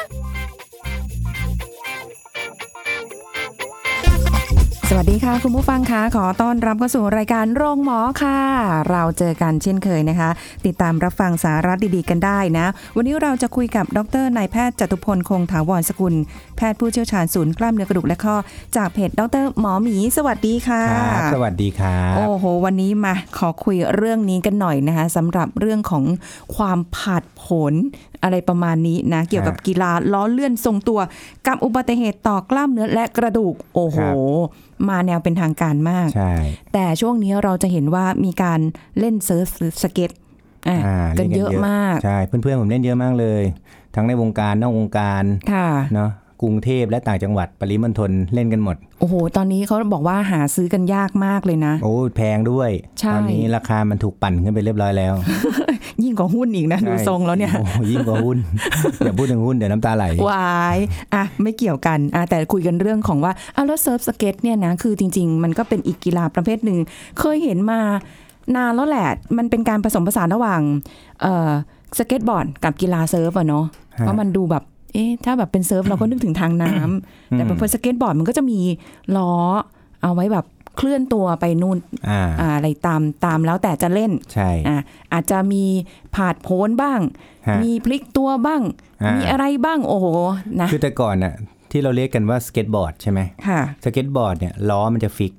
ล สวัสดีค่ะ คุณผู้ฟังคะขอต้อนรับเข้าสู่รายการโรงหมอค่ะ เราเจอกันเช่นเคยนะคะ ติดตามรับฟังสาระดีๆกันได้นะ วันนี้เราจะคุยกับดรนายแพทย์จตุพลคงถาวรสกุล แพทย์ผู้เชี่ยวชาญศูนย์กล้ามเนื้อกระดูกและข้อ จากเพจดรหมอหมีสวัสดีค่ะ ครับสวัสดีครับ โอ้โห วันนี้มาขอคุยเรื่องนี้กันหน่อยนะคะสำหรับเรื่องของความผาดโผนอะไรประมาณนี้นะ เกี่ยวกับกีฬาล้อเลื่อนทรงตัว กับอุบัติเหตุต่อกล้ามเนื้อและกระดูก โอ้โห ครับ มาแนวเป็นทางการมาก ใช่ แต่ช่วงนี้เราจะเห็นว่ามีการเล่นเซิร์ฟสเก็ตอ่ะ อ่า กันเยอะ เล่นกันเยอะ มาก ใช่เพื่อนๆผมเล่นเยอะมากเลย ทั้งในวงการนอกวงการ ค่ะ เนาะกรุงเทพและต่างจังหวัดปริมณฑลเล่นกันหมด โอ้โห ตอนนี้เขาบอกว่าหาซื้อกันยากมากเลยนะ โอ้แพงด้วย ใช่ ตอนนี้ราคามันถูกปั่นขึ้นไปเรียบร้อย แล้ว ยิ่งกว่าหุ้นอีกนะดู ใช่ ทรงแล้วเนี่ย โอ้ยิ่งกว่า หุ้น อย่าพูดถึงหุ้นเดี๋ยวน้ำตาไหล วายอ่ะไม่เกี่ยวกันอ่ะแต่คุยกันเรื่องของว่าอ้าวแล้วเซิร์ฟสเก็ตเนี่ยนะคือจริง ๆ มันก็เป็นอีกกีฬาประเภทหนึ่ง เคยเห็นมานานแล้วแหละ มันเป็นการผสมผสานระหว่างเอ่อสเก็ตบอร์ดกับกีฬาเซิร์ฟอะเนาะ ฮะ เพราะมันดูแบบเอ๊ะถ้าแบบเป็นเซิร์ฟเราก็นึกถึงทางน้ำแต่เป็นพอสเก็ตบอร์ดมันก็จะมีล้อเอาไว้แบบเคลื่อนตัวไปนู่น อ่า อาอะไรตามตามแล้วแต่จะเล่น ใช่ อ่ะอาจจะมีผาดโพนบ้าง ฮะ มีพลิกตัวบ้าง อ่า มีอะไรบ้างโอ้โหนะ คือแต่ก่อนน่ะที่เราเรียกกันว่าสเก็ตบอร์ดใช่ไหม ค่ะ สเก็ตบอร์ดเนี่ยล้อมันจะฟิก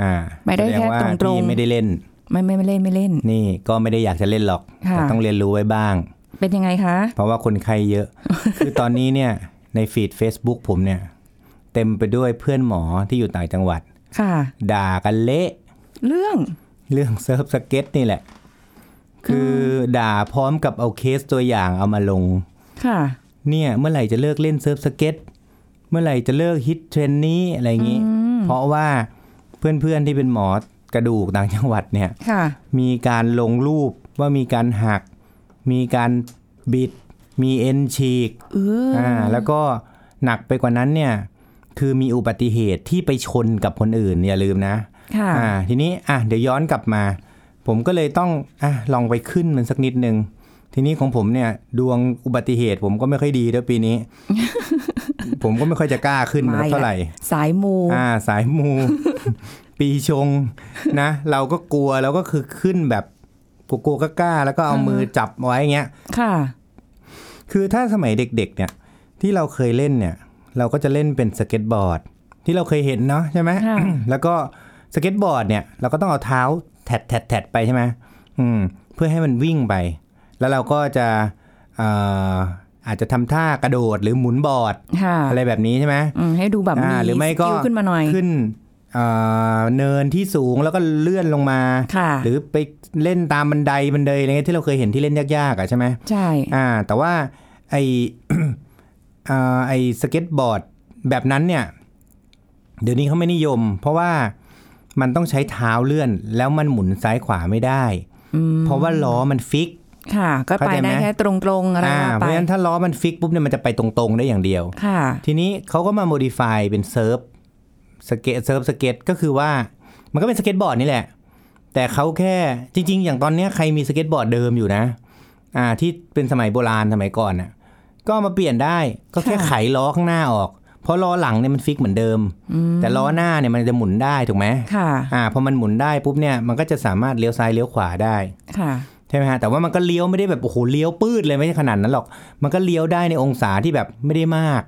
อ่า ไม่ได้ สงว่า แค่ตรงๆ พี่ไม่ได้เล่น ไม่ไม่ไม่เล่นไม่เล่น นี่ก็ไม่ได้อยากจะเล่นหรอก ค่ะ แต่ต้องเรียนรู้ไว้บ้าง เป็นยังไงคะ เพราะว่าคนไข้ เยอะ คือตอนนี้เนี่ยในฟีด Facebook ผมเนี่ย เต็มไปด้วยเพื่อนหมอที่อยู่ต่างจังหวัด ค่ะ ด่ากันเละ เรื่อง เรื่องเซิร์ฟสเก็ตนี่แหละ คือด่าพร้อมกับเอาเคสตัวอย่างเอามาลง ค่ะ เนี่ยเมื่อไหร่จะเลิกเล่นเซิร์ฟสเก็ตเมื่อไหร่จะเลิกฮิตเทรนด์นี้อะไรอย่างนี้ เพราะว่าเพื่อนๆที่เป็นหมอกระดูกต่างจังหวัดเนี่ย ค่ะ มีการลงรูปว่ามีการหัก มีการบิด มีเอ็นฉีก เออ อ่าแล้วก็หนักไปกว่านั้นเนี่ยคือมีอุบัติเหตุที่ไปชนกับคนอื่นอย่าลืมนะ ค่ะ อ่าทีนี้อ่ะเดี๋ยวย้อนกลับมา ผมก็เลยต้องอ่ะลองไปขึ้นมันสักนิดนึง ทีนี้ของผมเนี่ยดวงอุบัติเหตุ ผมก็ไม่ค่อยดีด้วยปีนี้ ผมก็ไม่ค่อยจะกล้าขึ้นมัน ไม่ เท่าไหร่ สายมู อ่าสาย มู ปีชงนะ เราก็กลัวเราก็คือขึ้นแบบกลัวๆกล้าๆแล้วก็เอามือจับไว้อย่างเงี้ย ค่ะ คือถ้าสมัยเด็กๆเนี่ยที่เราเคยเล่นเนี่ยเราก็จะเล่นเป็นสเก็ตบอร์ด ที่เราเคยเห็นเนาะใช่ไหม ค่ะ แล้วก็สเก็ตบอร์ดเนี่ยเราก็ต้องเอาเท้าแถดแถดแถดไปใช่ไหมอืมเพื่อให้มันวิ่งไป แล้วเราก็จะเอ่ออาจจะทำท่ากระโดดหรือหมุนบอร์ด ค่ะ อะไรแบบนี้ใช่ไหม อืมให้ดูแบบมี อ่าหรือไม่ก็ สกิลขึ้นมาหน่อย ขึ้นเอ่อเนินที่สูงแล้วก็เลื่อนลงมา ค่ะ หรือไปเล่นตามบันไดบันไดอะไรเงี้ยที่เราเคยเห็นที่เล่นยากๆอ่ะใช่ไหม ใช่ อ่าแต่ว่าไอ อ่าไอสเก็ตบอร์ดแบบนั้นเนี่ย เดี๋ยวนี้เขาไม่นิยม เพราะว่ามันต้องใช้เท้าเลื่อน แล้วมันหมุนซ้ายขวาไม่ได้ เพราะว่าล้อมันฟิก ค่ะ ก็ไป เข้าใจไหม ได้แค่ตรงๆอะไร อ่าเพ ไป ราะฉะนั้นถ้าล้อมันฟิกปุ๊บเนี่ยมันจะไปตรงๆได้อย่างเดียว ค่ะ ทีนี้เขาก็มาโมดิฟายเป็นเซิร์ฟสเก็ตเซิร์ฟสเก็ตก็คือว่ามันก็เป็นสเก็ตบอร์ดนี่แหละ แต่เขาแค่จริง ๆ อย่างตอนเนี้ยใครมีสเก็ตบอร์ดเดิมอยู่นะ อ่าที่เป็นสมัยโบราณสมัยก่อนน่ะก็เอามาเปลี่ยนได้ก็แค่ ค่ะ ไขล้อข้างหน้าออก เพราะล้อหลังเนี่ยมันฟิกเหมือนเดิม แต่ล้อหน้าเนี่ยมันจะหมุนได้ถูกไหม ค่ะ อ่าพอมันหมุนได้ปุ๊บเนี่ยมันก็จะสามารถเลี้ยวซ้ายเลี้ยวขวาได้ ค่ะ ใช่ไหมฮะแต่ว่ามันก็เลี้ยวไม่ได้แบบโอ้โหเลี้ยวปืดเลยไม่ใช่ขนาดนั้นหรอก มันก็เลี้ยวได้ในองศาที่แบบไม่ได้มาก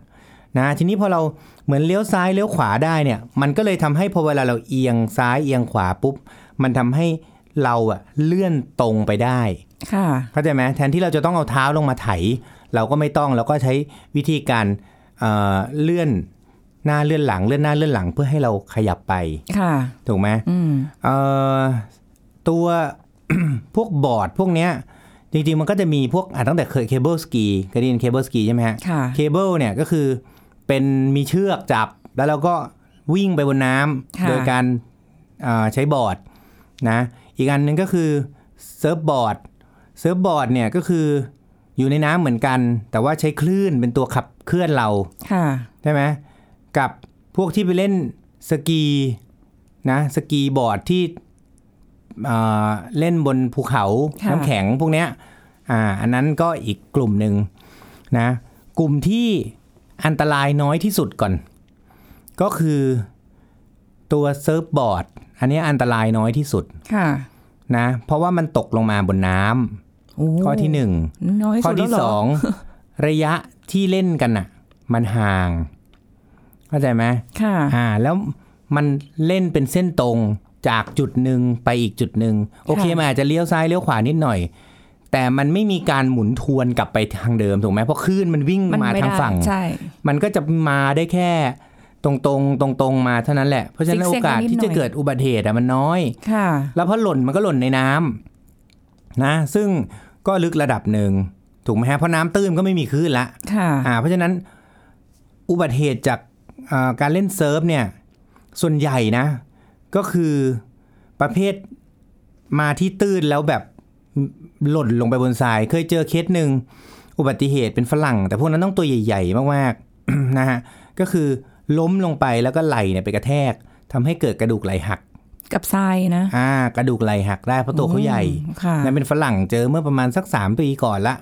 นะทีนี้พอเราเหมือนเลี้ยวซ้ายเลี้ยวขวาได้เนี่ยมันก็เลยทำให้พอเวลาเราเอียงซ้ายเอียงขวาปุ๊บมันทำให้เราอะเลื่อนตรงไปได้ ค่ะ เข้าใจไหมแทนที่เราจะต้องเอาเท้าลงมาไถ เราก็ไม่ต้องเราก็ใช้วิธีการเอ่อเลื่อนหน้าเลื่อนหลังเลื่อนหน้าเลื่อนหลังเพื่อให้เราขยับไป ค่ะ ถูกไหม อืม เอ่อตัว พวกบอร์ดพวกเนี้ยจริงๆ มันก็จะมีพวกอ่ะตั้งแต่เคยเคเบิลสกีเคยได้ยินเคเบิลสกีใช่ไหมฮะ ค่ะ เคเบิลเนี่ยก็คือ เป็นมีเชือกจับ แล้วเราก็วิ่งไปบนน้ำ ค่ะ โดยการเอ่อใช้บอร์ดนะอีกอันหนึงก็คือเซิร์ฟบอร์ดเซิร์ฟบอร์ดเนี่ยก็คืออยู่ในน้ำเหมือนกัน แต่ว่าใช้คลื่นเป็นตัวขับเคลื่อนเรา ค่ะ ใช่ไหมกับพวกที่ไปเล่นสกีนะสกีบอร์ดที่อ่าเล่นบนภูเขา ค่ะ น้ำแข็งพวกเนี้ยอ่าอันนั้นก็อีกกลุ่มหนึ่งนะกลุ่มที่อันตรายน้อยที่สุดก่อน ก็คือตัวเซิร์ฟบอร์ดอันเนี้ยอันตรายน้อยที่สุด ค่ะ นะเพราะว่ามันตกลงมาบนน้ โอ้ ำข้อที่หนึ่ง น้อย ข้อ สุดแล้ว ที่ เหร สองระยะที่เล่นกันน่ะ มันห่าง เข้าใจไหม ค่ะ อ่า แล้วมันเล่นเป็นเส้นตรงจากจุดหนึ่งไปอีกจุดหนึ่งโอเค ค่ะ มันอาจจะเลี้ยวซ้ายเลี้ยวขวานิดหน่อย แต่มันไม่มีการหมุนทวนกลับไปทางเดิมถูกไหมเพราะคลื่นมันวิ่ง น มา ไได้ ทางฝั่ง ใช่ มันก็จะมาได้แค่ตรงตรงตรงตรงๆมาเท่านั้นแหละเพราะฉะนั้น ซิ โอก แซก กาส นิด ที่ หน่ จะ อย เกิดอุบัติเหตุอะมันน้อย ค่ะ แล้วพอหล่นมันก็หล่นในน้ำนะ ซึ่งก็ลึกระดับหนึ่งถูกไหมฮะเพราะน้ำตื้นก็ไม่มีคลื่นละ ค่ะ อ่าเพราะฉะนั้นอุบัติเหตุจากอ่าการเล่นเซิร์ฟเนี่ย ส่วนใหญ่นะ ก็คือประเภทมาที่ตื้นแล้วแบบหล่นลงไปบนทราย เคยเจอเคสหนึ่งอุบัติเหตุเป็นฝรั่ง แต่พวกนั้นต้องตัวใหญ่ๆ มากๆ นะฮะก็คือล้มลงไปแล้วก็ไหลเนี่ยไปกระแทกทำให้เกิดกระดูกไหลหัก กับทรายนะ อ่ากระดูกไหลหักได้เพราะตัวเขาใหญ่ อืมค่ะ นั่นเป็นฝรั่งเจอเมื่อประมาณสัก 3 ปีก่อนละ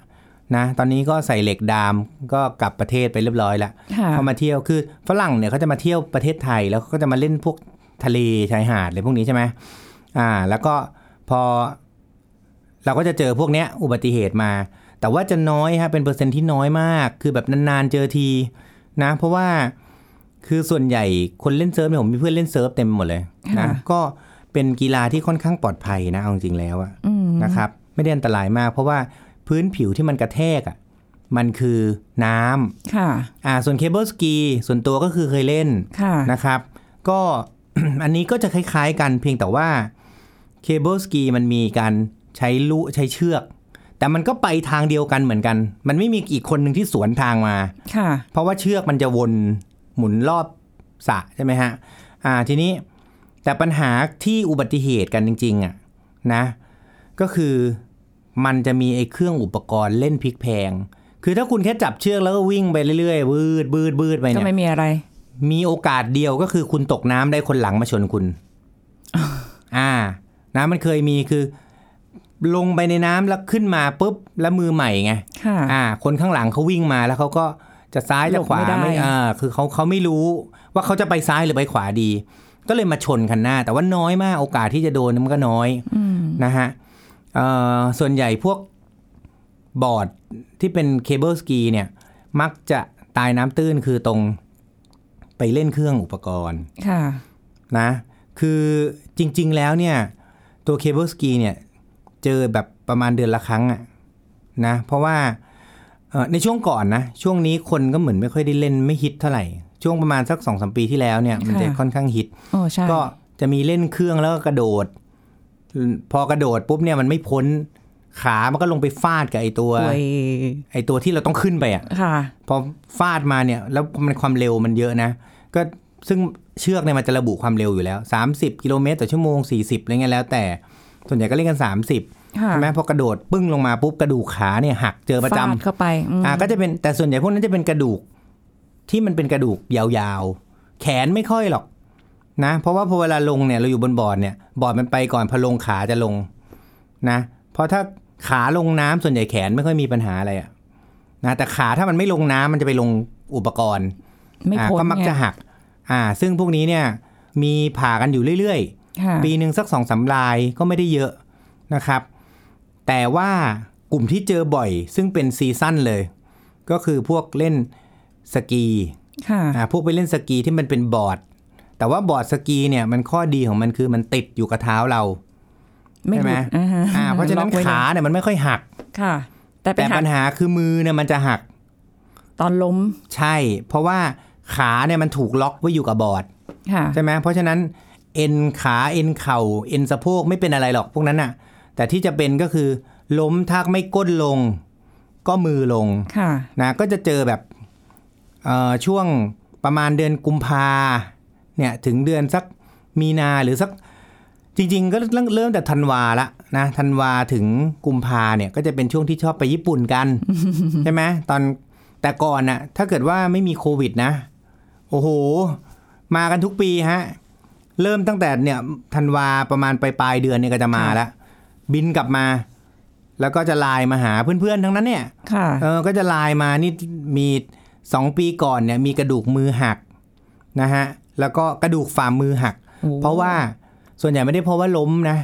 นะตอนนี้ก็ใส่เหล็กดามก็กลับประเทศไปเรียบร้อยละ ค่ะ เขามาเที่ยวคือฝรั่งเนี่ยเขาจะมาเที่ยวประเทศไทยแล้วเขาก็จะมาเล่นพวกทะเลชายหาดอะไรพวกนี้ใช่ไหมอ่า แล้วก็พอ เราก็จะเจอพวกเนี้ยอุบัติเหตุมา แต่ว่าจะน้อยฮะเป็นเปอร์เซ็นต์ที่น้อยมาก คือแบบนานๆเจอทีนะ เพราะว่าคือส่วนใหญ่คนเล่นเซิร์ฟเนี่ยผมมีเพื่อนเล่นเซิร์ฟเต็มหมดเลยนะ ค่ะ ก็เป็นกีฬาที่ค่อนข้างปลอดภัยนะเอาจริงๆแล้วอะ อืม นะครับไม่ได้อันตรายมาก เพราะว่าพื้นผิวที่มันกระแทกอ่ะมันคือน้ำ ค่ะ อ่าส่วนเคเบิลสกีส่วนตัวก็คือเคยเล่น ค่ะ นะครับ ก็ อันนี้ก็จะคล้ายๆกันเพียงแต่ว่าเคเบิลสกีมันมีการใช้ลุใช้เชือก แต่มันก็ไปทางเดียวกันเหมือนกัน มันไม่มีอีกคนหนึ่งที่สวนทางมา ค่ะ เพราะว่าเชือกมันจะวนหมุนรอบสระใช่ไหมฮะ อ่าทีนี้แต่ปัญหาที่อุบัติเหตุกันจริงๆอ่ะนะ ก็คือมันจะมีไอ้เครื่องอุปกรณ์เล่นพลิกแพลงคือถ้าคุณแค่จับเชือกแล้วก็วิ่งไปเรื่อยๆบืดบืดบืดไป ก็ เนี่ย ไม่มีอะไร มีโอกาสเดียวก็คือคุณตกน้ำได้คนหลังมาชนคุณ อ่า นะมันเคยมีคือ ลงไปในน้ำแล้วขึ้นมาปุ๊บแล้วมือใหม่ไง ค่ะ อ่าคนข้างหลังเขาวิ่งมาแล้วเขาก็จะซ้าย หล จะ บ ขวา ไม่ได้ ไม่อ่าคือเขาเขาไม่รู้ว่าเขาจะไปซ้ายหรือไปขวาดี ก็เลยมาชนคันหน้า แต่ว่าน้อยมากโอกาสที่จะโดนมันก็น้อย อืม นะฮะเอ่อส่วนใหญ่พวกบอร์ดที่เป็นเคเบิลสกีเนี่ย มักจะตายน้ำตื้นคือตรงไปเล่นเครื่องอุปกรณ์ ค่ะ นะคือจริงๆแล้วเนี่ยตัวเคเบิลสกีเนี่ยเจอแบบประมาณเดือนละครั้งอะนะเพราะว่าเอ่อในช่วงก่อนนะช่วงนี้คนก็เหมือนไม่ค่อยได้เล่นไม่ฮิตเท่าไหร่ ช่วงประมาณสักสองสมปีที่แล้วเนี่ยมันจะ ค่ะ ค่อนข้างฮิต โอ้ใช่ ก็จะมีเล่นเครื่องแล้วก็กระโดด พอกระโดดปุ๊บเนี่ยมันไม่พ้นขามันก็ลงไปฟาดกับไอตัว โอ้ย ไอตัวที่เราต้องขึ้นไปอะ ค่ะ พอฟาดมาเนี่ยแล้วมันความเร็วมันเยอะนะ ก็ซึ่งเชือกเนี่ยมันจะระบุความเร็วอยู่แล้ว 30 กิโลเมตรต่อชั่วโมง 40อะไรเงี้ยแล้วแต่ส่วนใหญ่ก็เล่นกัน 30 ค่ะ ใช่ไหมพอกระโดดปึ้งลงมาปุ๊บกระดูกขาเนี่ยหักเจอประจำ ฟาดเข้าไปอืม อ่าก็จะเป็นแต่ส่วนใหญ่พวกนั้นจะเป็นกระดูกที่มันเป็นกระดูกยาวๆ แขนไม่ค่อยหรอกนะ เพราะว่าพอเวลาลงเนี่ยเราอยู่บนบอร์ดเนี่ยบอร์ดมันไปก่อนพอลงขาจะลงนะเพราะถ้าขาลงน้ำส่วนใหญ่แขนไม่ค่อยมีปัญหาอะไรอะ นะแต่ขาถ้ามันไม่ลงน้ำมันจะไปลงอุปกรณ์ ไม่ อ่า พ้น ก็มักจะ ไง หัก อ่า ซึ่งพวกนี้เนี่ยมีผ่ากันอยู่เรื่อย ค่ะ ๆ ปีหนึ่งสักสองสามลายก็ไม่ได้เยอะนะครับ แต่ว่ากลุ่มที่เจอบ่อย ซึ่งเป็นซีซั่นเลย ก็คือพวกเล่นสกี ค่ะ อ่าพวกไปเล่นสกีที่มันเป็นบอร์ด แต่ว่าบอร์ดสกีเนี่ยมันข้อดีของมันคือมันติดอยู่กับเท้าเรา ไม่ ใช่ไหม หยุดอ่าฮ อ่าเพราะฉะนั้น ล็อกไว้เลย ขาเนี่ยมันไม่ค่อยหัก ค่ะ แต่ไป แต่ หั ปั ก ญหาคือมือเนี่ยมันจะหัก ตอนล้ม ใช่ เพราะว่าขาเนี่ยมันถูกล็อกไว้อยู่กับบอร์ด ค่ะ ใช่ไหมเพราะฉะนั้นเอ็นขาเอ็นเข่าเอ็นสะโพกไม่เป็นอะไรหรอกพวกนั้นน่ะ แต่ที่จะเป็นก็คือ ล้มทักไม่ก้นลง ก็มือลง ค่ะ นะก็จะเจอแบบ เอ่อช่วงประมาณเดือนกุมภาเนี่ยถึงเดือนสักมีนาหรือสักจริง ๆ ก็เริ่มเริ่มแต่ธันวาละนะธันวาถึงกุมภาเนี่ยก็จะเป็นช่วงที่ชอบไปญี่ปุ่นกัน ใช่ไหมตอนแต่ก่อนน่ะถ้าเกิดว่าไม่มีโควิดนะ โอ้โห มากันทุกปีฮะ เริ่มตั้งแต่เนี่ยธันวาประมาณปลายปลายๆเดือนเนี่ยก็จะมาแล้ว บินกลับมา แล้วก็จะไลน์มาหาเพื่อนๆทั้งนั้นเนี่ย ค่ะ เออ ก็จะไลน์มา นี่มีสองปีก่อนเนี่ย มีกระดูกมือหักนะฮะ แล้วก็กระดูกฝ่ามือหัก โอ้ เพราะว่าส่วนใหญ่ไม่ได้เพราะว่าล้มนะ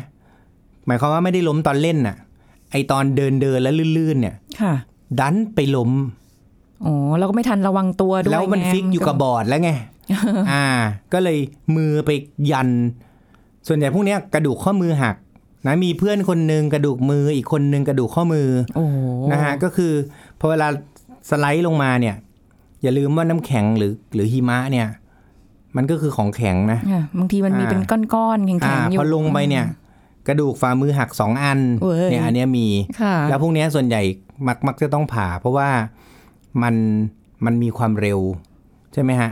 หมายความว่าไม่ได้ล้มตอนเล่นน่ะ ไอตอนเดินเดินๆแล้วลื่นๆเนี่ย ค่ะ ดันไปล้ม อ๋อเราก็ไม่ทันระวังตัวด้วย แล้วมัน ไง ฟิกอยู่กับบอร์ดแล้วไง อ่า ก็เลยมือไปยัน ส่วนใหญ่พวกเนี้ยกระดูกข้อมือหักนะมีเพื่อนคนหนึ่งกระดูกมืออีกคนหนึ่งกระดูกข้อมือ โอ้โห นะฮะก็คือพอเวลาสไลด์ลงมาเนี่ย อย่าลืมว่าน้ำแข็งหรือหรือหิมะเนี่ย มันก็คือของแข็งนะ ค่ะบางทีมันมี อ่า เป็นก้อนๆแข็ อ่าง ๆอยู่ พอลงไปเนี่ย กระดูกฝ่ามือหักสองอัน เว้ย เนี่ยอันเนี้ยมี ค่ะ แล้วพวกเนี้ยส่วนใหญ่มักมักจะต้องผ่า เพราะว่ามันมันมีความเร็ว ใช่ไหมฮะ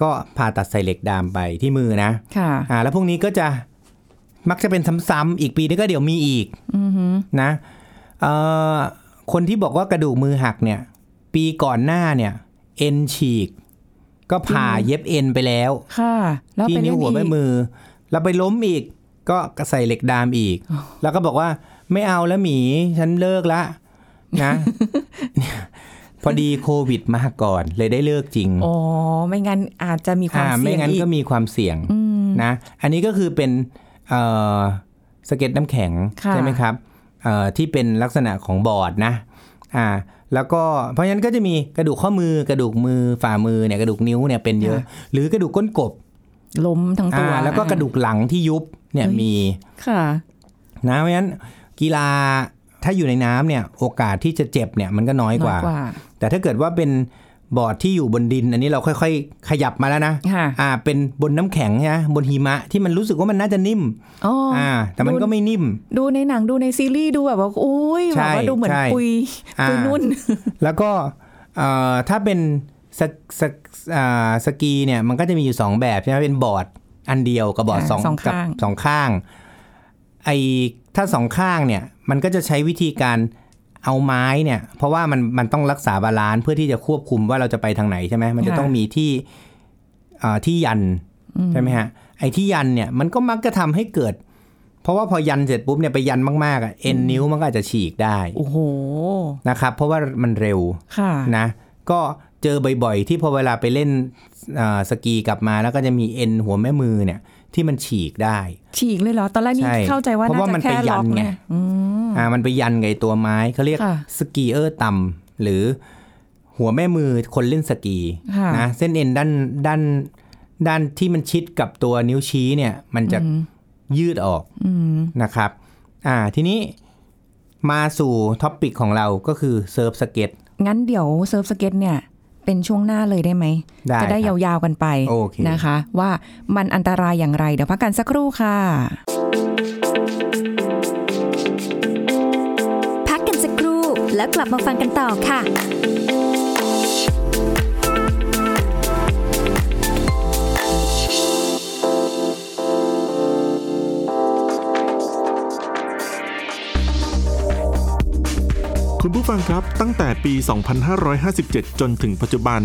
ก็ผ่าตัดใส่เหล็กดามไปที่มือนะ ค่ะ อ่าแล้วพวกนี้ก็จะมักจะเป็นซ้ำๆอีกปีนึงก็เดี๋ยวมีอีกนะเอ่อคนที่บอกว่ากระดูกมือหักเนี่ย ปีก่อนหน้าเนี่ย เอ็นฉีก ก็ผ่าเย็บเอ็นไปแล้ว ค่ะ แล้ว ที่ เป็น นิ้วหัวแม่ เรื่องอีก มือ แล้วไปล้มอีก ก็ใส่เหล็กดามอีก แล้วก็บอกว่าไม่เอาแล้วหมี ฉันเลิกละนะ เนี่ยพอดีโควิดมาก่อน เลยได้เลิกจริง อ๋อไม่งั้นอาจจะมีความ อ่ เสี่ ไม่ ยง งั้น อีก ก็มีความเสี่ยง อืม นะ อันนี้ก็คือเป็นเอ่อสเก็ตน้ำแข็ง ค่ะ ใช่ไหมครับเอ่อที่เป็นลักษณะของบอร์ดนะอ่าแล้วก็เพราะฉะนั้นก็จะมีกระดูกข้อมือกระดูกมือฝ่ามือเนี่ยกระดูกนิ้วเนี่ยเป็นเยอะ หรือกระดูกก้นกบ ล้มทั้งตัว อ่าแล้วก็กระดูกหลังที่ยุบเนี่ยมี ค่ะ นะเพราะฉะนั้นกีฬาถ้าอยู่ในน้ำเนี่ยโอกาสที่จะเจ็บเนี่ยมันก็น้อยกว่า แต่ถ้าเกิดว่าเป็นบอร์ดที่อยู่บนดิน อันนี้เราค่อย ๆ ขยับมาแล้วนะ ค่ะ อ่า เป็นบนน้ำแข็งนะบนหิมะที่มันรู้สึกว่ามันน่าจะนิ่ม อ๋ออ อ่า แต่มันก็ไม่นิ่ม ดูในหนังดูในซีรีส์ดูแบบว่าโอ้ย ใช่ แบบว่าดูเหมือน ใช่ ปุย อ่า ปุยนุ่น แล้วก็เอ่อถ้าเป็นสกสกอ่าสกีเนี่ยมันก็จะมีอยู่สองแบบใช่ไหมเป็นบอร์ดอันเดียวกับบอร์ด อ่า สอง สอง กับ ข้าง สองข้างไอถ้าสองข้างเนี่ยมันก็จะใช้วิธีการเอาไม้เนี่ย เพราะว่ามันมันต้องรักษาบาลานซ์เพื่อที่จะควบคุมว่าเราจะไปทางไหนใช่ไหมมันจะต้องมีที่อ่าที่ยันใช่ไหมฮะไอที่ยันเนี่ยมันก็มักจะทำให้เกิด เพราะว่าพอยันเสร็จปุ๊บเนี่ยไปยันมากๆอะเอ็นนิ้วมันก็อาจจะฉีกได้ โอ้โห นะครับเพราะว่ามันเร็ว ค่ะ นะก็เจอบ่อยๆ ที่พอเวลาไปเล่นอ่าสกีกลับมาแล้วก็จะมีเอ็นหัวแม่มือเนี่ยที่มันฉีกได้ ฉีกเลยเหรอ ตอนแรกนี่ ใช่ เข้าใจว่า เพราะ น่า ว่ามั จะ น แค่ ไปยัน ล็อก ไง เนี่ยอืม อ่ามันไปยันไงตัวไม้เขาเรียก ค่ะ สกีเออร์ต่ำหรือหัวแม่มือคนเล่นสกี ค่ะ นะเส้นเอ็นด้านด้านด้านที่มันชิดกับตัวนิ้วชี้เนี่ยมันจะยืดออกนะครับอ่าทีนี้มาสู่ท็อปปิกของเราก็คือเซิร์ฟสเก็ต งั้นเดี๋ยวเซิร์ฟสเก็ตเนี่ย เป็นช่วงหน้าเลยได้ไหม ได้ จะได้ ครับยาวๆกันไป โอเค นะคะ ว่ามันอันตรายอย่างไร เดี๋ยวพักกันสักครู่ค่ะ พักกันสักครู่แล้วกลับมาฟังกันต่อค่ะ คุณผู้ฟังครับ ตั้งแต่ปี 2557 จนถึงปัจจุบัน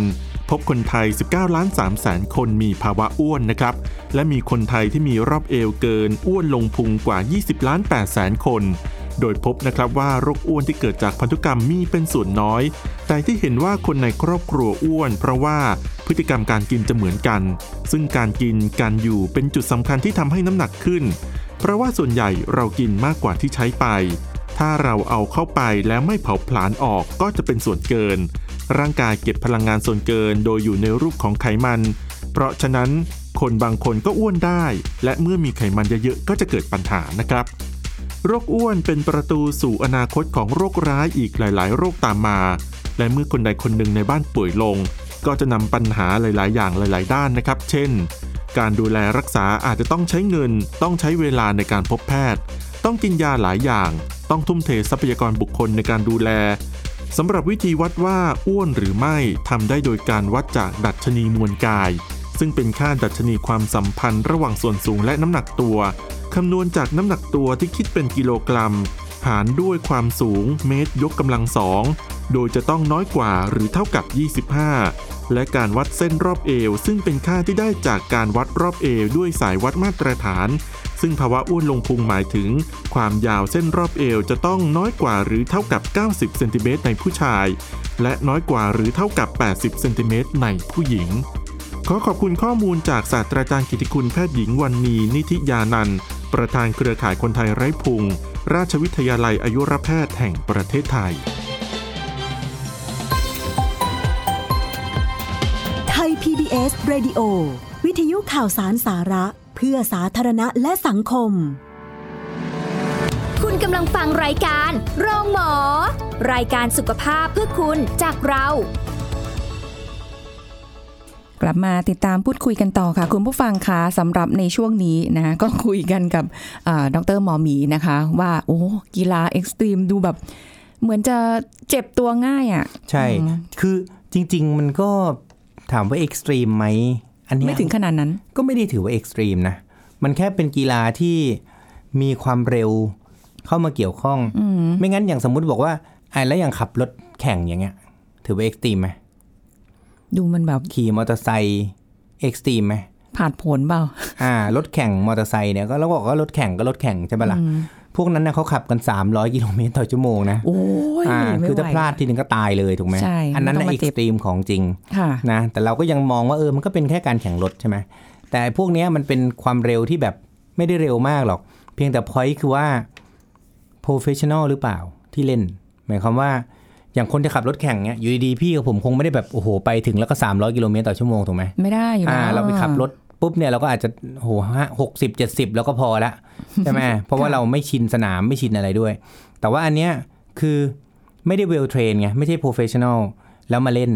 พบคนไทย 19 ล้าน3แสนคนมีภาวะอ้วนนะครับ และมีคนไทยที่มีรอบเอวเกินอ้วนลงพุงกว่า 20 ล้าน8แสนคน โดยพบนะครับว่าโรคอ้วนที่เกิดจากพันธุกรรมมีเป็นส่วนน้อย แต่ที่เห็นว่าคนในครอบครัวอ้วน เพราะว่าพฤติกรรมการกินจะเหมือนกัน ซึ่งการกินการอยู่เป็นจุดสำคัญที่ทำให้น้ำหนักขึ้น เพราะว่าส่วนใหญ่เรากินมากกว่าที่ใช้ไป ถ้าเราเอาเข้าไปแล้วไม่เผาผลาญออกก็จะเป็นส่วนเกิน ร่างกายเก็บพลังงานส่วนเกินโดยอยู่ในรูปของไขมัน เพราะฉะนั้นคนบางคนก็อ้วนได้ และเมื่อมีไขมันเยอะๆก็จะเกิดปัญหานะครับ โรคอ้วนเป็นประตูสู่อนาคตของโรคร้ายอีกหลาย ๆ โรคตามมา และเมื่อคนใดคนหนึ่งในบ้านป่วยลง ก็จะนำปัญหาหลาย ๆ อย่างหลาย ๆ ด้านนะครับ เช่น การดูแลรักษาอาจจะต้องใช้เงิน ต้องใช้เวลาในการพบแพทย์ ต้องกินยาหลายอย่าง ต้องทุ่มเททรัพยากรบุคคลในการดูแล สำหรับวิธีวัดว่าอ้วนหรือไม่ทำได้โดยการวัดจากดัชนีมวลกาย ซึ่งเป็นค่าดัชนีความสัมพันธ์ระหว่างส่วนสูงและน้ำหนักตัวคำนวณจากน้ำหนักตัวที่คิดเป็นกิโลกรัม หารด้วยความสูงเมตรยกกำลังสองโดยจะต้องน้อยกว่าหรือเท่ากับ 25 และการวัดเส้นรอบเอว ซึ่งเป็นค่าที่ได้จากการวัดรอบเอวด้วยสายวัดมาตรฐาน ซึ่งภาวะอ้วนลงพุงหมายถึง ความยาวเส้นรอบเอวจะต้องน้อยกว่าหรือเท่ากับ 90เซนติเมตรในผู้ชาย และน้อยกว่าหรือเท่ากับ 80เซนติเมตรในผู้หญิง ขอขอบคุณข้อมูลจากศาสตราจารย์กิติคุณแพทย์หญิงวันนีนิธิยานันท์ประธานเครือข่ายคนไทยไร้พุง ราชวิทยาลัยอายุรแพทย์แห่งประเทศไทย ไทย PBS Radio วิทยุข่าวสารสาระ เพื่อสาธารณะและสังคม คุณกำลังฟังรายการโรงหมอ รายการสุขภาพเพื่อคุณจากเรา กลับมาติดตามพูดคุยกันต่อค่ะ คุณผู้ฟังคะสำหรับในช่วงนี้นะ ก็คุยกันกับเอ่อดรหมอหมีนะคะ ว่าโอ้กีฬาเอ็กซ์ตรีมดูแบบ เหมือนจะเจ็บตัวง่ายอะ่ะ ใช่ อืม คือจริง ๆ มันก็ถามว่าเอ็กซ์ตรีมไหม อันเนี้ย ไม่ถึงขนาดนั้น ก็ไม่ได้ถือว่าเอ็กซ์ตรีมนะ มันแค่เป็นกีฬาที่มีความเร็วเข้ามาเกี่ยวข้อง ไม่งั้นอย่างสมมุติบอกว่าไอ้แล้วอย่างขับรถแข่งอย่างเงี้ย ถือว่าเอ็กซ์ตรีมไหม ดูมันแบบ ขี่มอเตอร์ไซค์เอ็กซ์ตรีมไหม ผาดโผนเปล่า อ่ารถแข่งมอเตอร์ไซค์เนี่ยก็เราบอกว่ารถแข่งก็รถแข่งใช่ปะล่ะพวกนั้นนะเขาขับกัน 300 กิโลเมตรต่อชั่วโมงนะ โอ้ย อ่า ไม่ คือ ไหว ถ้าพลาดทีนึงก็ตายเลยถูกไหม ใช่ อันนั้น ไม่ นะ ต้องมาเอ็ก เจ็บ ซ์ตรีมของจริง ค่ะ นะแต่เราก็ยังมองว่าเออมันก็เป็นแค่การแข่งรถใช่ไหมแต่พวกเนี้ยมันเป็นความเร็วที่แบบไม่ได้เร็วมากหรอก เพียงแต่พอยคือว่า professional หรือเปล่าที่เล่น หมายความว่า อย่างคนที่ขับรถแข่งเนี่ยอยู่ดีๆพี่กับผมคงไม่ได้แบบโอ้โหไปถึงแล้วก็300กิโลเมตรต่อชั่วโมงถูกไหม ไม่ได้อยู่ อ่า แล้ว เราไปขับรถปุ๊บเนี่ยเราก็อาจจะโหห้าหกสิบเจ็ดสิบแล้วก็พอละใช่ไหม เพราะว่าเราไม่ชินสนามไม่ชินอะไรด้วย แต่ว่าอันเนี้ยคือไม่ได้เวลเทรนไง ไม่ใช่โปรเฟชชั่นอลแล้วมาเล่น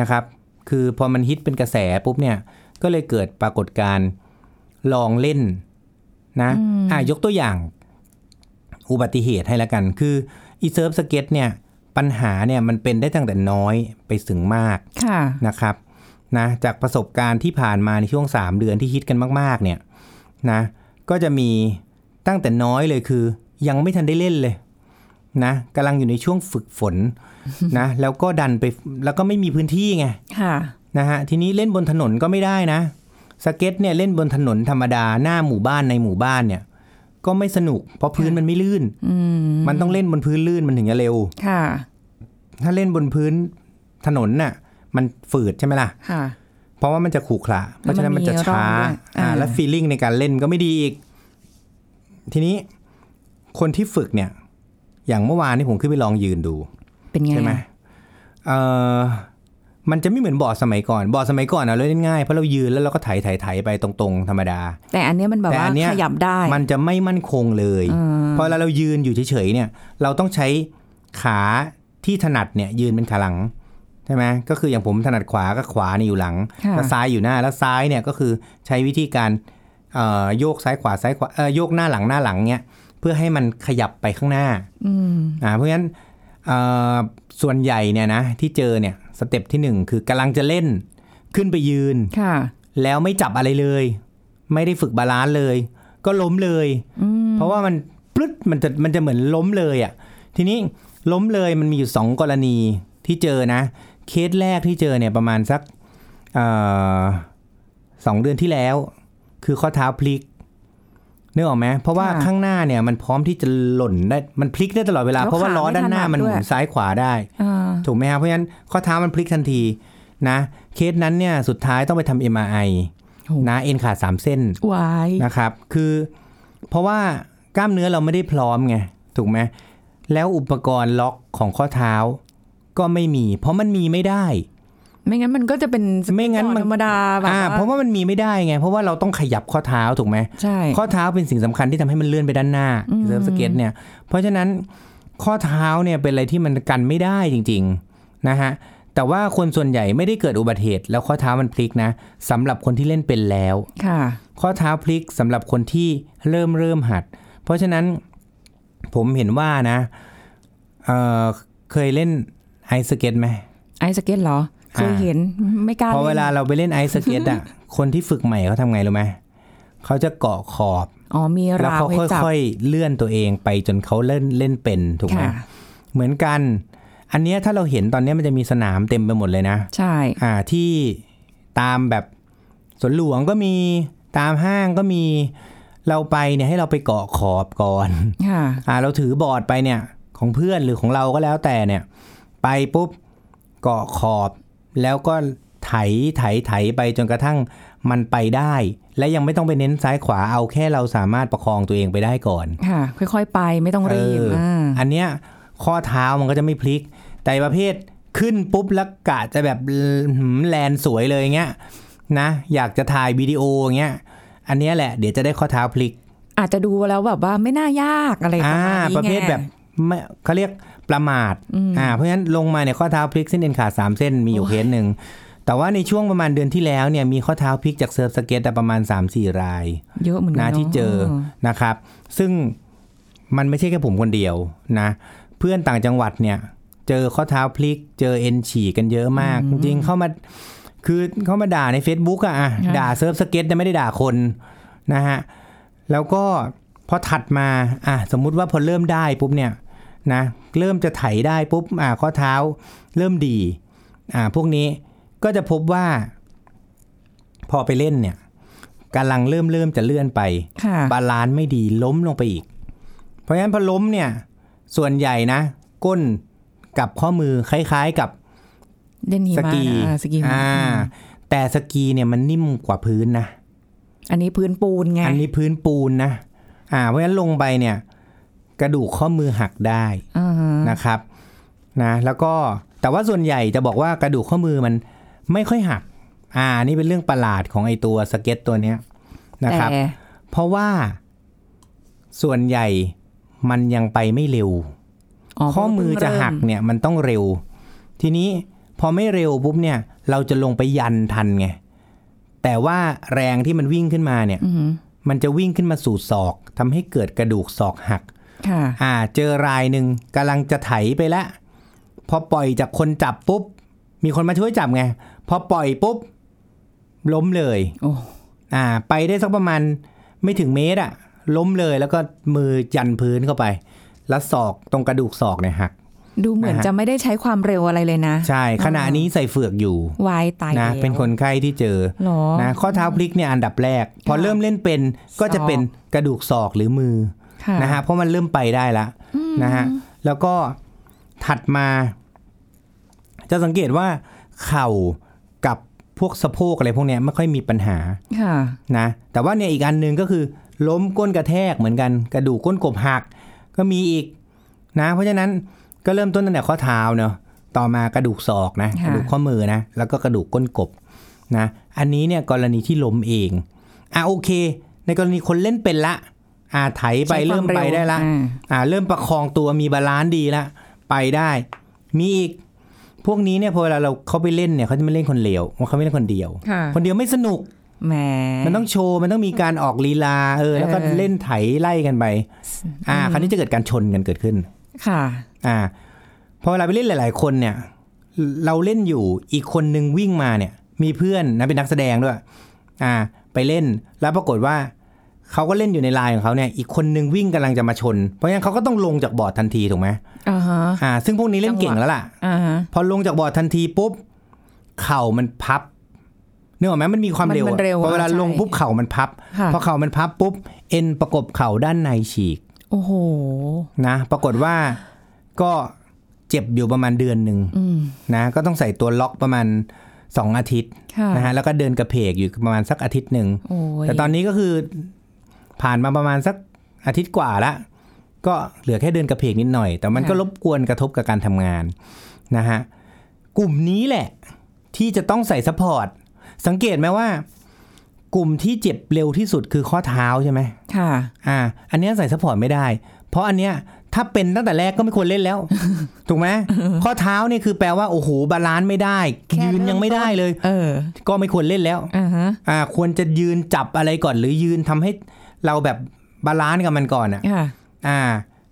นะครับ คือพอมันฮิตเป็นกระแสปุ๊บเนี่ย ก็เลยเกิดปรากฏการณ์ลองเล่นนะอ่ายกตัวอย่างอุบัติเหตุให้ละกัน คืออีเซิร์ฟสเก็ตเนี่ยปัญหาเนี่ยมันเป็นได้ตั้งแต่น้อยไปถึงมาก ค่ะ นะครับนะจากประสบการณ์ที่ผ่านมาในช่วง 3 เดือนที่ฮิตกันมาก ๆ เนี่ยนะก็จะมีตั้งแต่น้อยเลยคือ ยังไม่ทันได้เล่นเลยนะกำลังอยู่ในช่วงฝึกฝน นะแล้วก็ดันไปแล้วก็ไม่มีพื้นที่ไง ค่ะ นะฮะทีนี้เล่นบนถนนก็ไม่ได้นะ สเก็ตเนี่ยเล่นบนถนนธรรมดาหน้าหมู่บ้านในหมู่บ้านเนี่ยก็ไม่สนุก เพราะพื้นมันไม่ลื่น อืม มันต้องเล่นบนพื้นลื่นมันถึงจะเร็ว ค่ะ ถ้าเล่นบนพื้นถนนน่ะมันฝืดใช่ไหมล่ะ ค่ะ เพราะว่ามันจะขรุขระ เพราะฉะนั้นมันจะช้า แล้วมันมีร่องด้วย อ่า อ่า และฟีลลิ่งในการเล่นก็ไม่ดีอีก ทีนี้คนที่ฝึกเนี่ย อย่างเมื่อวานนี่ผมขึ้นไปลองยืนดู เป็นไง ใช่ไหม อะ เอ่อมันจะไม่เหมือนบอร์ดสมัยก่อน บอร์ดสมัยก่อนเราเล่นง่าย เพราะเรายืนแล้วเราก็ไถไถไถไปตรงๆ ธรรมดา แต่อันเนี้ยมันแบบ แต่ ว่า อันเนี้ย ขยับได้ มันจะไม่มั่นคงเลย อืม พอเราเรายืนอยู่เฉยๆเนี่ย เราต้องใช้ขาที่ถนัดเนี่ย ยืนเป็นขาหลังใช่ไหมก็คืออย่างผมถนัดขวาก็ขวาเนี่ยอยู่หลัง ค่ะ แล้วซ้ายอยู่หน้าแล้วซ้ายเนี่ยก็คือใช้วิธีการเอ่อโยกซ้ายขวาซ้ายขวาเอ่อโยกหน้าหลังหน้าหลังเนี่ยเพื่อให้มันขยับไปข้างหน้า อืม อ่าเพราะฉะนั้นเอ่อส่วนใหญ่เนี่ยนะที่เจอเนี่ยสเต็ปที่หนึ่งคือกำลังจะเล่นขึ้นไปยืน ค่ะ แล้วไม่จับอะไรเลย ไม่ได้ฝึกบาลานซ์เลย ก็ล้มเลย เพราะว่ามันปลึดมันจะมันจะเหมือนล้มเลยอะ่ะทีนี้ล้มเลยมันมีอยู่ 2 กรณีที่เจอนะ เคสแรกที่เจอเนี่ยประมาณสักเอ่อสองเดือนที่แล้ว คือข้อเท้าพลิกนึกออกไหมเพราะว่า ค่ะ ข้างหน้าเนี่ยมันพร้อมที่จะหล่นได้มันพลิกได้ตลอดเวลา แล้ว เพราะว่า ขา ล้อ ไม่ ด้านหน้า ถนัด มันหมุ ด้ น วย ซ้ายขวาได้ อ่า ถูกไหมครับเพราะฉะนั้นข้อเท้ามันพลิกทันทีนะ เคสนั้นเนี่ยสุดท้ายต้องไปทำ MRI นะเอ็นขาดสามเส้น วาย นะครับ คือเพราะว่ากล้ามเนื้อเราไม่ได้พร้อมไงถูกไหมแล้วอุปกรณ์ล็อกของข้อเท้าก็ไม่มี เพราะมันมีไม่ได้ ไม่งั้นมันก็จะเป็น ไม่งั้นมัน ธรรมดาแบบ อ่า ว่า เพราะว่ามันมีไม่ได้ไง เพราะว่าเราต้องขยับข้อเท้าถูกไหม ใช่ ข้อเท้าเป็นสิ่งสำคัญที่ทำให้มันเลื่อนไปด้านหน้าเซิร์ฟสเก็ตเนี่ย เพราะฉะนั้นข้อเท้าเนี่ยเป็นอะไรที่มันกันไม่ได้จริงๆนะฮะ แต่ว่าคนส่วนใหญ่ไม่ได้เกิดอุบัติเหตุ แล้วข้อเท้ามันพลิกนะสำหรับคนที่เล่นเป็นแล้ว ค่ะ ข้อเท้าพลิกสำหรับคนที่เริ่มเริ่มหัด เพราะฉะนั้นผมเห็นว่านะเอ่อเคยเล่น ไอซ์สเก็ตไหม ไอซ์สเก็ตเหรอ เคยเห็นไม่กล้า พอเวลาน เราไปเล่นไอซ์สเก็ตอ่ะ คนที่ฝึกใหม่เขาทำไงรู้ไหมเขาจะเกาะขอบ อ๋อมี แล้ว ราว เขา ให้จับ ค่อยๆเลื่อนตัวเองไปจนเขาเล่นเล่นเป็นถูกไหม ค่ะ เหมือนกัน อันเนี้ยถ้าเราเห็นตอนเนี้ยมันจะมีสนามเต็มไปหมดเลยนะ ใช่ อ่าที่ตามแบบสวนหลวงก็มีตามห้างก็มีเราไปเนี่ยให้เราไปเกาะขอบก่อน ค่ะ อ่าเราถือบอร์ดไปเนี่ยของเพื่อนหรือของเราก็แล้วแต่เนี่ย ไปปุ๊บเกาะขอบแล้วก็ไถไถไถไปจนกระทั่งมันไปได้ และยังไม่ต้องไปเน้นซ้ายขวาเอาแค่เราสามารถประคองตัวเองไปได้ก่อน ค่ะ ค่อยๆไปไม่ต้องรีบ เออ อ่า อันเนี้ยข้อเท้ามันก็จะไม่พลิก แต่ประเภทขึ้นปุ๊บแล้วกะจะแบบหืมแลนสวยเลยเงี้ยนะอยากจะถ่ายวิดีโอเงี้ยอันเนี้ยแหละเดี๋ยวจะได้ข้อเท้าพลิก อาจจะดูแล้วแบบว่าไม่น่ายากอะไรประมาณนี้ไง ประเภทแบบไม่เขาเรียกประมาทอ่าเพราะฉะนั้นลงมาเนี่ยข้อเท้าพลิกเส้นเอ็นขาดสามเส้นมีอยู่เคสหนึ่ง แต่ว่าในช่วงประมาณเดือนที่แล้วเนี่ยมีข้อเท้าพลิกจากเซิร์ฟสเก็ตอะประมาณ 3-4 ราย เยอะเหมือนกัน นะ น ที่เจอนะครับ ซึ่งมันไม่ใช่แค่ผมคนเดียวนะ เพื่อนต่างจังหวัดเนี่ย เจอข้อเท้าพลิก เจอเอ็นฉี่กันเยอะมาก จริงๆเข้ามาคือเข้ามาด่าใน Facebook อะอะด่าเซิร์ฟสเก็ตแต่ไม่ได้ด่าคนนะฮะ แล้วก็พอถัดมาอ่ะสมมุติว่าพอเริ่มได้ปุ๊บเนี่ยนะเริ่มจะไถได้ปุ๊บอ่ะข้อเท้าเริ่มดีอ่ะพวกนี้ก็จะพบว่า พอไปเล่นเนี่ยกำลังเริ่มเริ่มจะเลื่อนไป ค่ะ บาลานซ์ไม่ดีล้มลงไปอีก เพราะฉะนั้นพอล้มเนี่ย ส่วนใหญ่นะ ก้นกับข้อมือคล้ายๆกับ เล่นหิ ส มะ กี อ่าสกีหิมะ อ่าแต่สกีเนี่ยมันนิ่มกว่าพื้นนะ อันนี้พื้นปูนไง อันนี้พื้นปูนนะ อ่า เพราะฉะนั้นลงไปเนี่ย กระดูกข้อมือหักได้ อ่าฮะ นะครับ นะ แล้วก็แต่ว่าส่วนใหญ่จะบอกว่ากระดูกข้อมือมันไม่ค่อยหัก อ่า นี่เป็นเรื่องประหลาดของไอตัวสเก็ตตัวเนี้ยนะครับ แต่ เพราะว่าส่วนใหญ่มันยังไปไม่เร็ว ข้อมือจะหัก เพิ่งเริ่ เนี่ยมันต้องเร็ว ทีนี้พอไม่เร็วปุ๊บเนี่ย เราจะลงไปยันทันไง แต่ว่าแรงที่มันวิ่งขึ้นมาเนี่ย อือฮึ มันจะวิ่งขึ้นมาสู่ศอกทำให้เกิดกระดูกศอกหัก ค่ะ อ่า เจอรายหนึ่งกำลังจะไถไปแล้วพอปล่อยจากคนจับปุ๊บ มีคนมาช่วยจับไง พอปล่อยปุ๊บ ล้มเลย โอ้ อ่า ไปได้สักประมาณไม่ถึงเมตรอะล้มเลยแล้วก็มือยันพื้นเข้าไป แล้วศอกตรงกระดูกศอกเนี่ยหัก ดูเหมือน นะฮะ จะไม่ได้ใช้ความเร็วอะไรเลยนะ ใช่ ขณะนี้ใส่เฟือกอยู่ วายตาย นะ แล้ว เป็นคนไข้ที่เจอ หรอ นะข้อเท้าพลิกเนี่ยอันดับแรก พอเริ่มเล่นเป็นก็จะ ศอก เป็นกระดูกศอกหรือมือ ค่ นะฮะเพราะมันเริ่มไปได้ละนะฮะแล้วก็ถัดมา จะสังเกตว่าเข่ากับพวกสะโพกอะไรพวกเนี้ยไม่ค่อยมีปัญหา ค่ะ นะแต่ว่าเนี่ยอีกอันหนึ่งก็คือ ล้มก้นกระแทกเหมือนกัน กระดูกก้นกบหัก ก็มีอีกนะ เพราะฉะนั้นก็เริ่มต้นตั้งแต่ข้อเท้าเนาะต่อมากระดูกศอกนะ ค่ะ กระดูกข้อมือนะแล้วก็กระดูกก้นกบนะอันนี้เนี่ยกรณีที่ล้มเองอ่ะโอเค ในกรณีคนเล่นเป็นละอ่าไถไป ใช้ควา เริ่มไป ว ได้ละ อ่า อ่าเริ่มประคองตัวมีบาลานซ์ดีละไปได้ มีอีก พวกนี้เนี่ยพอเวลาเราเขาไปเล่นเนี่ยเขาจะไม่เล่นคนเดียวเขาไม่เล่นคนเดียว ค่ะ คนเดียวไม่สนุก แหม มันต้องโชว์มันต้องมีการออกลีลาเออแล้วก็ เออ เล่นไถไล่กันไปอ่าคราวนี้จะเกิดการชนกันเกิดขึ้น ค่ะ อ่าพอเวลาไปเล่นหลาย ๆ คนเนี่ย เราเล่นอยู่อีกคนนึงวิ่งมาเนี่ย มีเพื่อนนะเป็นนักแสดงด้วย อ่า ไปเล่นแล้วปรากฏว่าเขาก็เล่นอยู่ในไลน์ของเขาเนี่ยอีกคนนึงวิ่งกำลังจะมาชน เพราะงั้นเขาก็ต้องลงจากบอร์ดทันทีถูกไหม อ่าฮะ อ่า ซึ่งพวกนี้เล่นเก่ง จังหวะ แล้วล่ะ อ่าฮะ พอลงจากบอร์ดทันทีปุ๊บ เข่ามันพับเนื่ออกไหมมันมีความ น เร็วอะ นเร็ว พอเวลา ะใช่ ลงปุ๊บเข่ามันพับ ค่ะ พอเข่ามันพับปุ๊บเอ็นประกบเข่าด้านในฉีก โอ้โห นะปรากฏว่าก็เจ็บอยู่ประมาณเดือนหนึ่ง อืม นะก็ต้องใส่ตัวล็อกประมาณ 2 อาทิตย์ ค่ะ นะฮะแล้วก็เดินกระเพกอยู่ประมาณสักอาทิตย์หนึ่ง โอ้ย แต่ตอนนี้ก็คือผ่านมาประมาณสักอาทิตย์กว่าละ ก็เหลือแค่เดินกระเพกนิดหน่อย แต่มันก็รบกวนกระทบกับการทำงานนะฮะกลุ่มนี้แหละที่จะต้องใส่ซัพพอร์ตสังเกตไหมว่า กลุ่มที่เจ็บเร็วที่สุดคือข้อเท้าใช่ไหม ค่ะ อ่า อันเนี้ยใส่ซัพพอร์ตไม่ได้ เพราะอันเนี้ยถ้าเป็นตั้งแต่แรกก็ไม่ควรเล่นแล้ว ถูกไหมข้อเท้าเนี่ยคือแปลว่าโอ้โหบาลานซ์ไม่ได้ แค่ ยื เริ่ น ม ยังไม่ได้เลย เออ ก็ไม่ควรเล่นแล้ว อ่าฮะ อ่า ควรจะยืนจับอะไรก่อน หรือยืนทำให้เราแบบบาลานซ์กับมันก่อนอ่ะ ค่ะ อ่า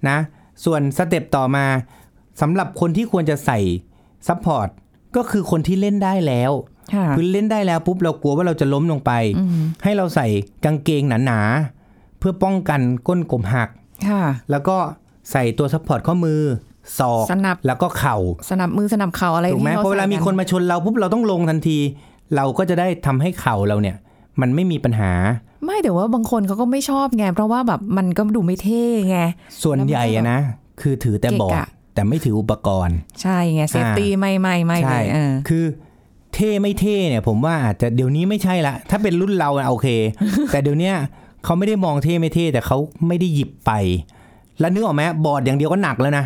นะ ส่วนสเต็ปต่อมาสำหรับคนที่ควรจะใส่ ซัพพอร์ตก็คือคนที่เล่นได้แล้ว ค่ะ คือเล่นได้แล้วปุ๊บเรากลัวว่าเราจะล้มลงไป อืม ให้เราใส่กางเกงหนาๆเพื่อป้องกันก้นกลมหัก ค่ะ แล้วก็ใส่ตัวซัพพอร์ตข้อมือศอก สนับ แล้วก็เข่า สนับมือสนับเข่าอะไร ถูกไหม ที่ขเพราะเวลา ใส่ มี กั คนมาชนเราปุ๊บเราต้องลงทันที เราก็จะได้ทำให้เข่าเราเนี่ย มันไม่มีปัญหา ไม่แต่ว่าบางคนเขาก็ไม่ชอบไงเพราะว่าแบบมันก็ดูไม่เท่ไง ส่วนใหญ่อะนะ คือถือแต่บอร์ด เกะกะ แต่ไม่ถืออุปกรณ์ ใช่ไงเซฟตี้ไม่ไม่ไม่เล ใช่ ยเออ คือเท่ไม่เท่เนี่ย ผมว่าอาจจะเดี๋ยวนี้ไม่ใช่ละ ถ้าเป็นรุ่นเราอะโอ เค แต่เดี๋ยวเนี้ยเขาไม่ได้มองเท่ไม่เท่แต่เขาไม่ได้หยิบไป แล้วนึกออกไหมบอร์ดอย่างเดียวก็หนักแล้วนะ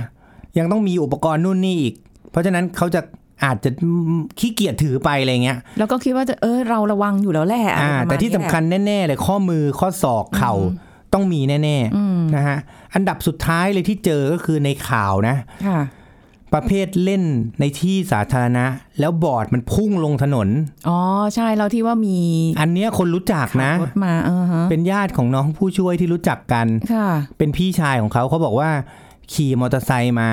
ยังต้องมีอุปกรณ์นู่นนี่อีก เพราะฉะนั้นเขาจะอาจจะขี้เกียจถือไปอะไรเงี้ย แล้วก็คิดว่าจะเออเราระวังอยู่แล้วแหละอะไร อ่า ประมา แต่ ณ ที่ นี้ สำคัญแน่ๆเลยข้อมือข้อศอกเข่าต้องมีแน่ๆนะฮะอันดับสุดท้ายเลยที่เจอก็คือในข่าวนะ ค่ะ ประเภทเล่นในที่สาธารณะ แล้วบอร์ดมันพุ่งลงถนน อ๋อใช่แล้วที่ว่ามี อันเนี้ยคนรู้จักนะ รถมาเออฮะ เป็นญาติของน้องผู้ช่วยที่รู้จักกัน ค่ะ เป็นพี่ชายของเขาเขาบอกว่า ขี่มอเตอร์ไซค์มา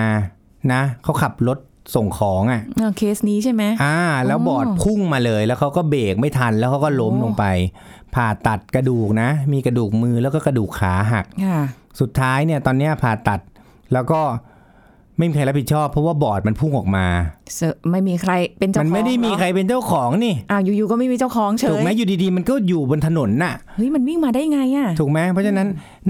นะเขาขับรถส่งของอ่ะ เออเคสนี้ใช่ไหม อ่าแล้ว อ๋อ บอร์ดพุ่งมาเลย แล้วเขาก็เบรกไม่ทันแล้วเขาก็ล้มลงไป ผ่าตัดกระดูกนะ มีกระดูกมือแล้วก็กระดูกขาหัก ค่ะ สุดท้ายเนี่ยตอนเนี้ยผ่าตัดแล้วก็ไม่มีใครรับผิดชอบ เพราะว่าบอร์ดมันพุ่งออกมา เสอะไม่มีใครเป็นเจ้าข มั อง นไม่ได้มีใคร เหอ เป็นเจ้าของนี่ อ้าวอยู่ๆก็ไม่มีเจ้าของเฉ ถูก ย ไหมอยู่ดีๆ มันก็อยู่บนถนนน่ะ เฮ้ยมันวิ่งมาได้ไงอ่ะ ถูกไหมเพราะฉะนั้น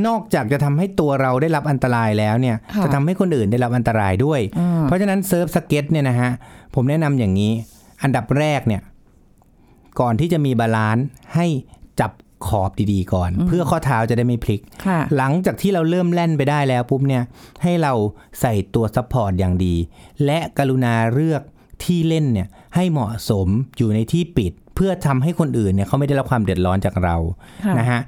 นอกจากจะทำให้ตัวเราได้รับอันตรายแล้วเนี่ย ค่ะ จะทำให้คนอื่นได้รับอันตรายด้วย อ่า เพราะฉะนั้นเซิร์ฟสเก็ตเนี่ยนะฮะผมแนะนำอย่างนี้ อันดับแรกเนี่ย ก่อนที่จะมีบาลานซ์ให้จับขอบดีๆก่อน เพื่อข้อเท้าจะได้ไม่พลิก ค่ะ หลังจากที่เราเริ่มแล่นไปได้แล้วปุ๊บเนี่ย ให้เราใส่ตัวซัพพอร์ตอย่างดี และกรุณาเลือกที่เล่นเนี่ยให้เหมาะสมอยู่ในที่ปิด เพื่อทำให้คนอื่นเนี่ยเขาไม่ได้รับความเดือดร้อนจากเรา ค่ะ นะฮะ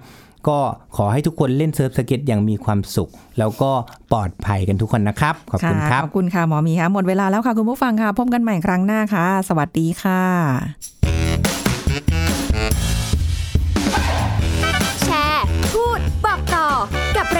ก็ขอให้ทุกคนเล่นเซิร์ฟสเก็ตอย่างมีความสุข แล้วก็ปลอดภัยกันทุกคนนะครับ ขอบคุณ ค่ะ ครับ ขอบคุณค่ะหมอหมีค่ะหมดเวลาแล้วค่ะคุณผู้ฟังค่ะพบกันใหม่ครั้งหน้าค่ะ สวัสดีค่ะ แชร์ พูด บอกต่อ กับร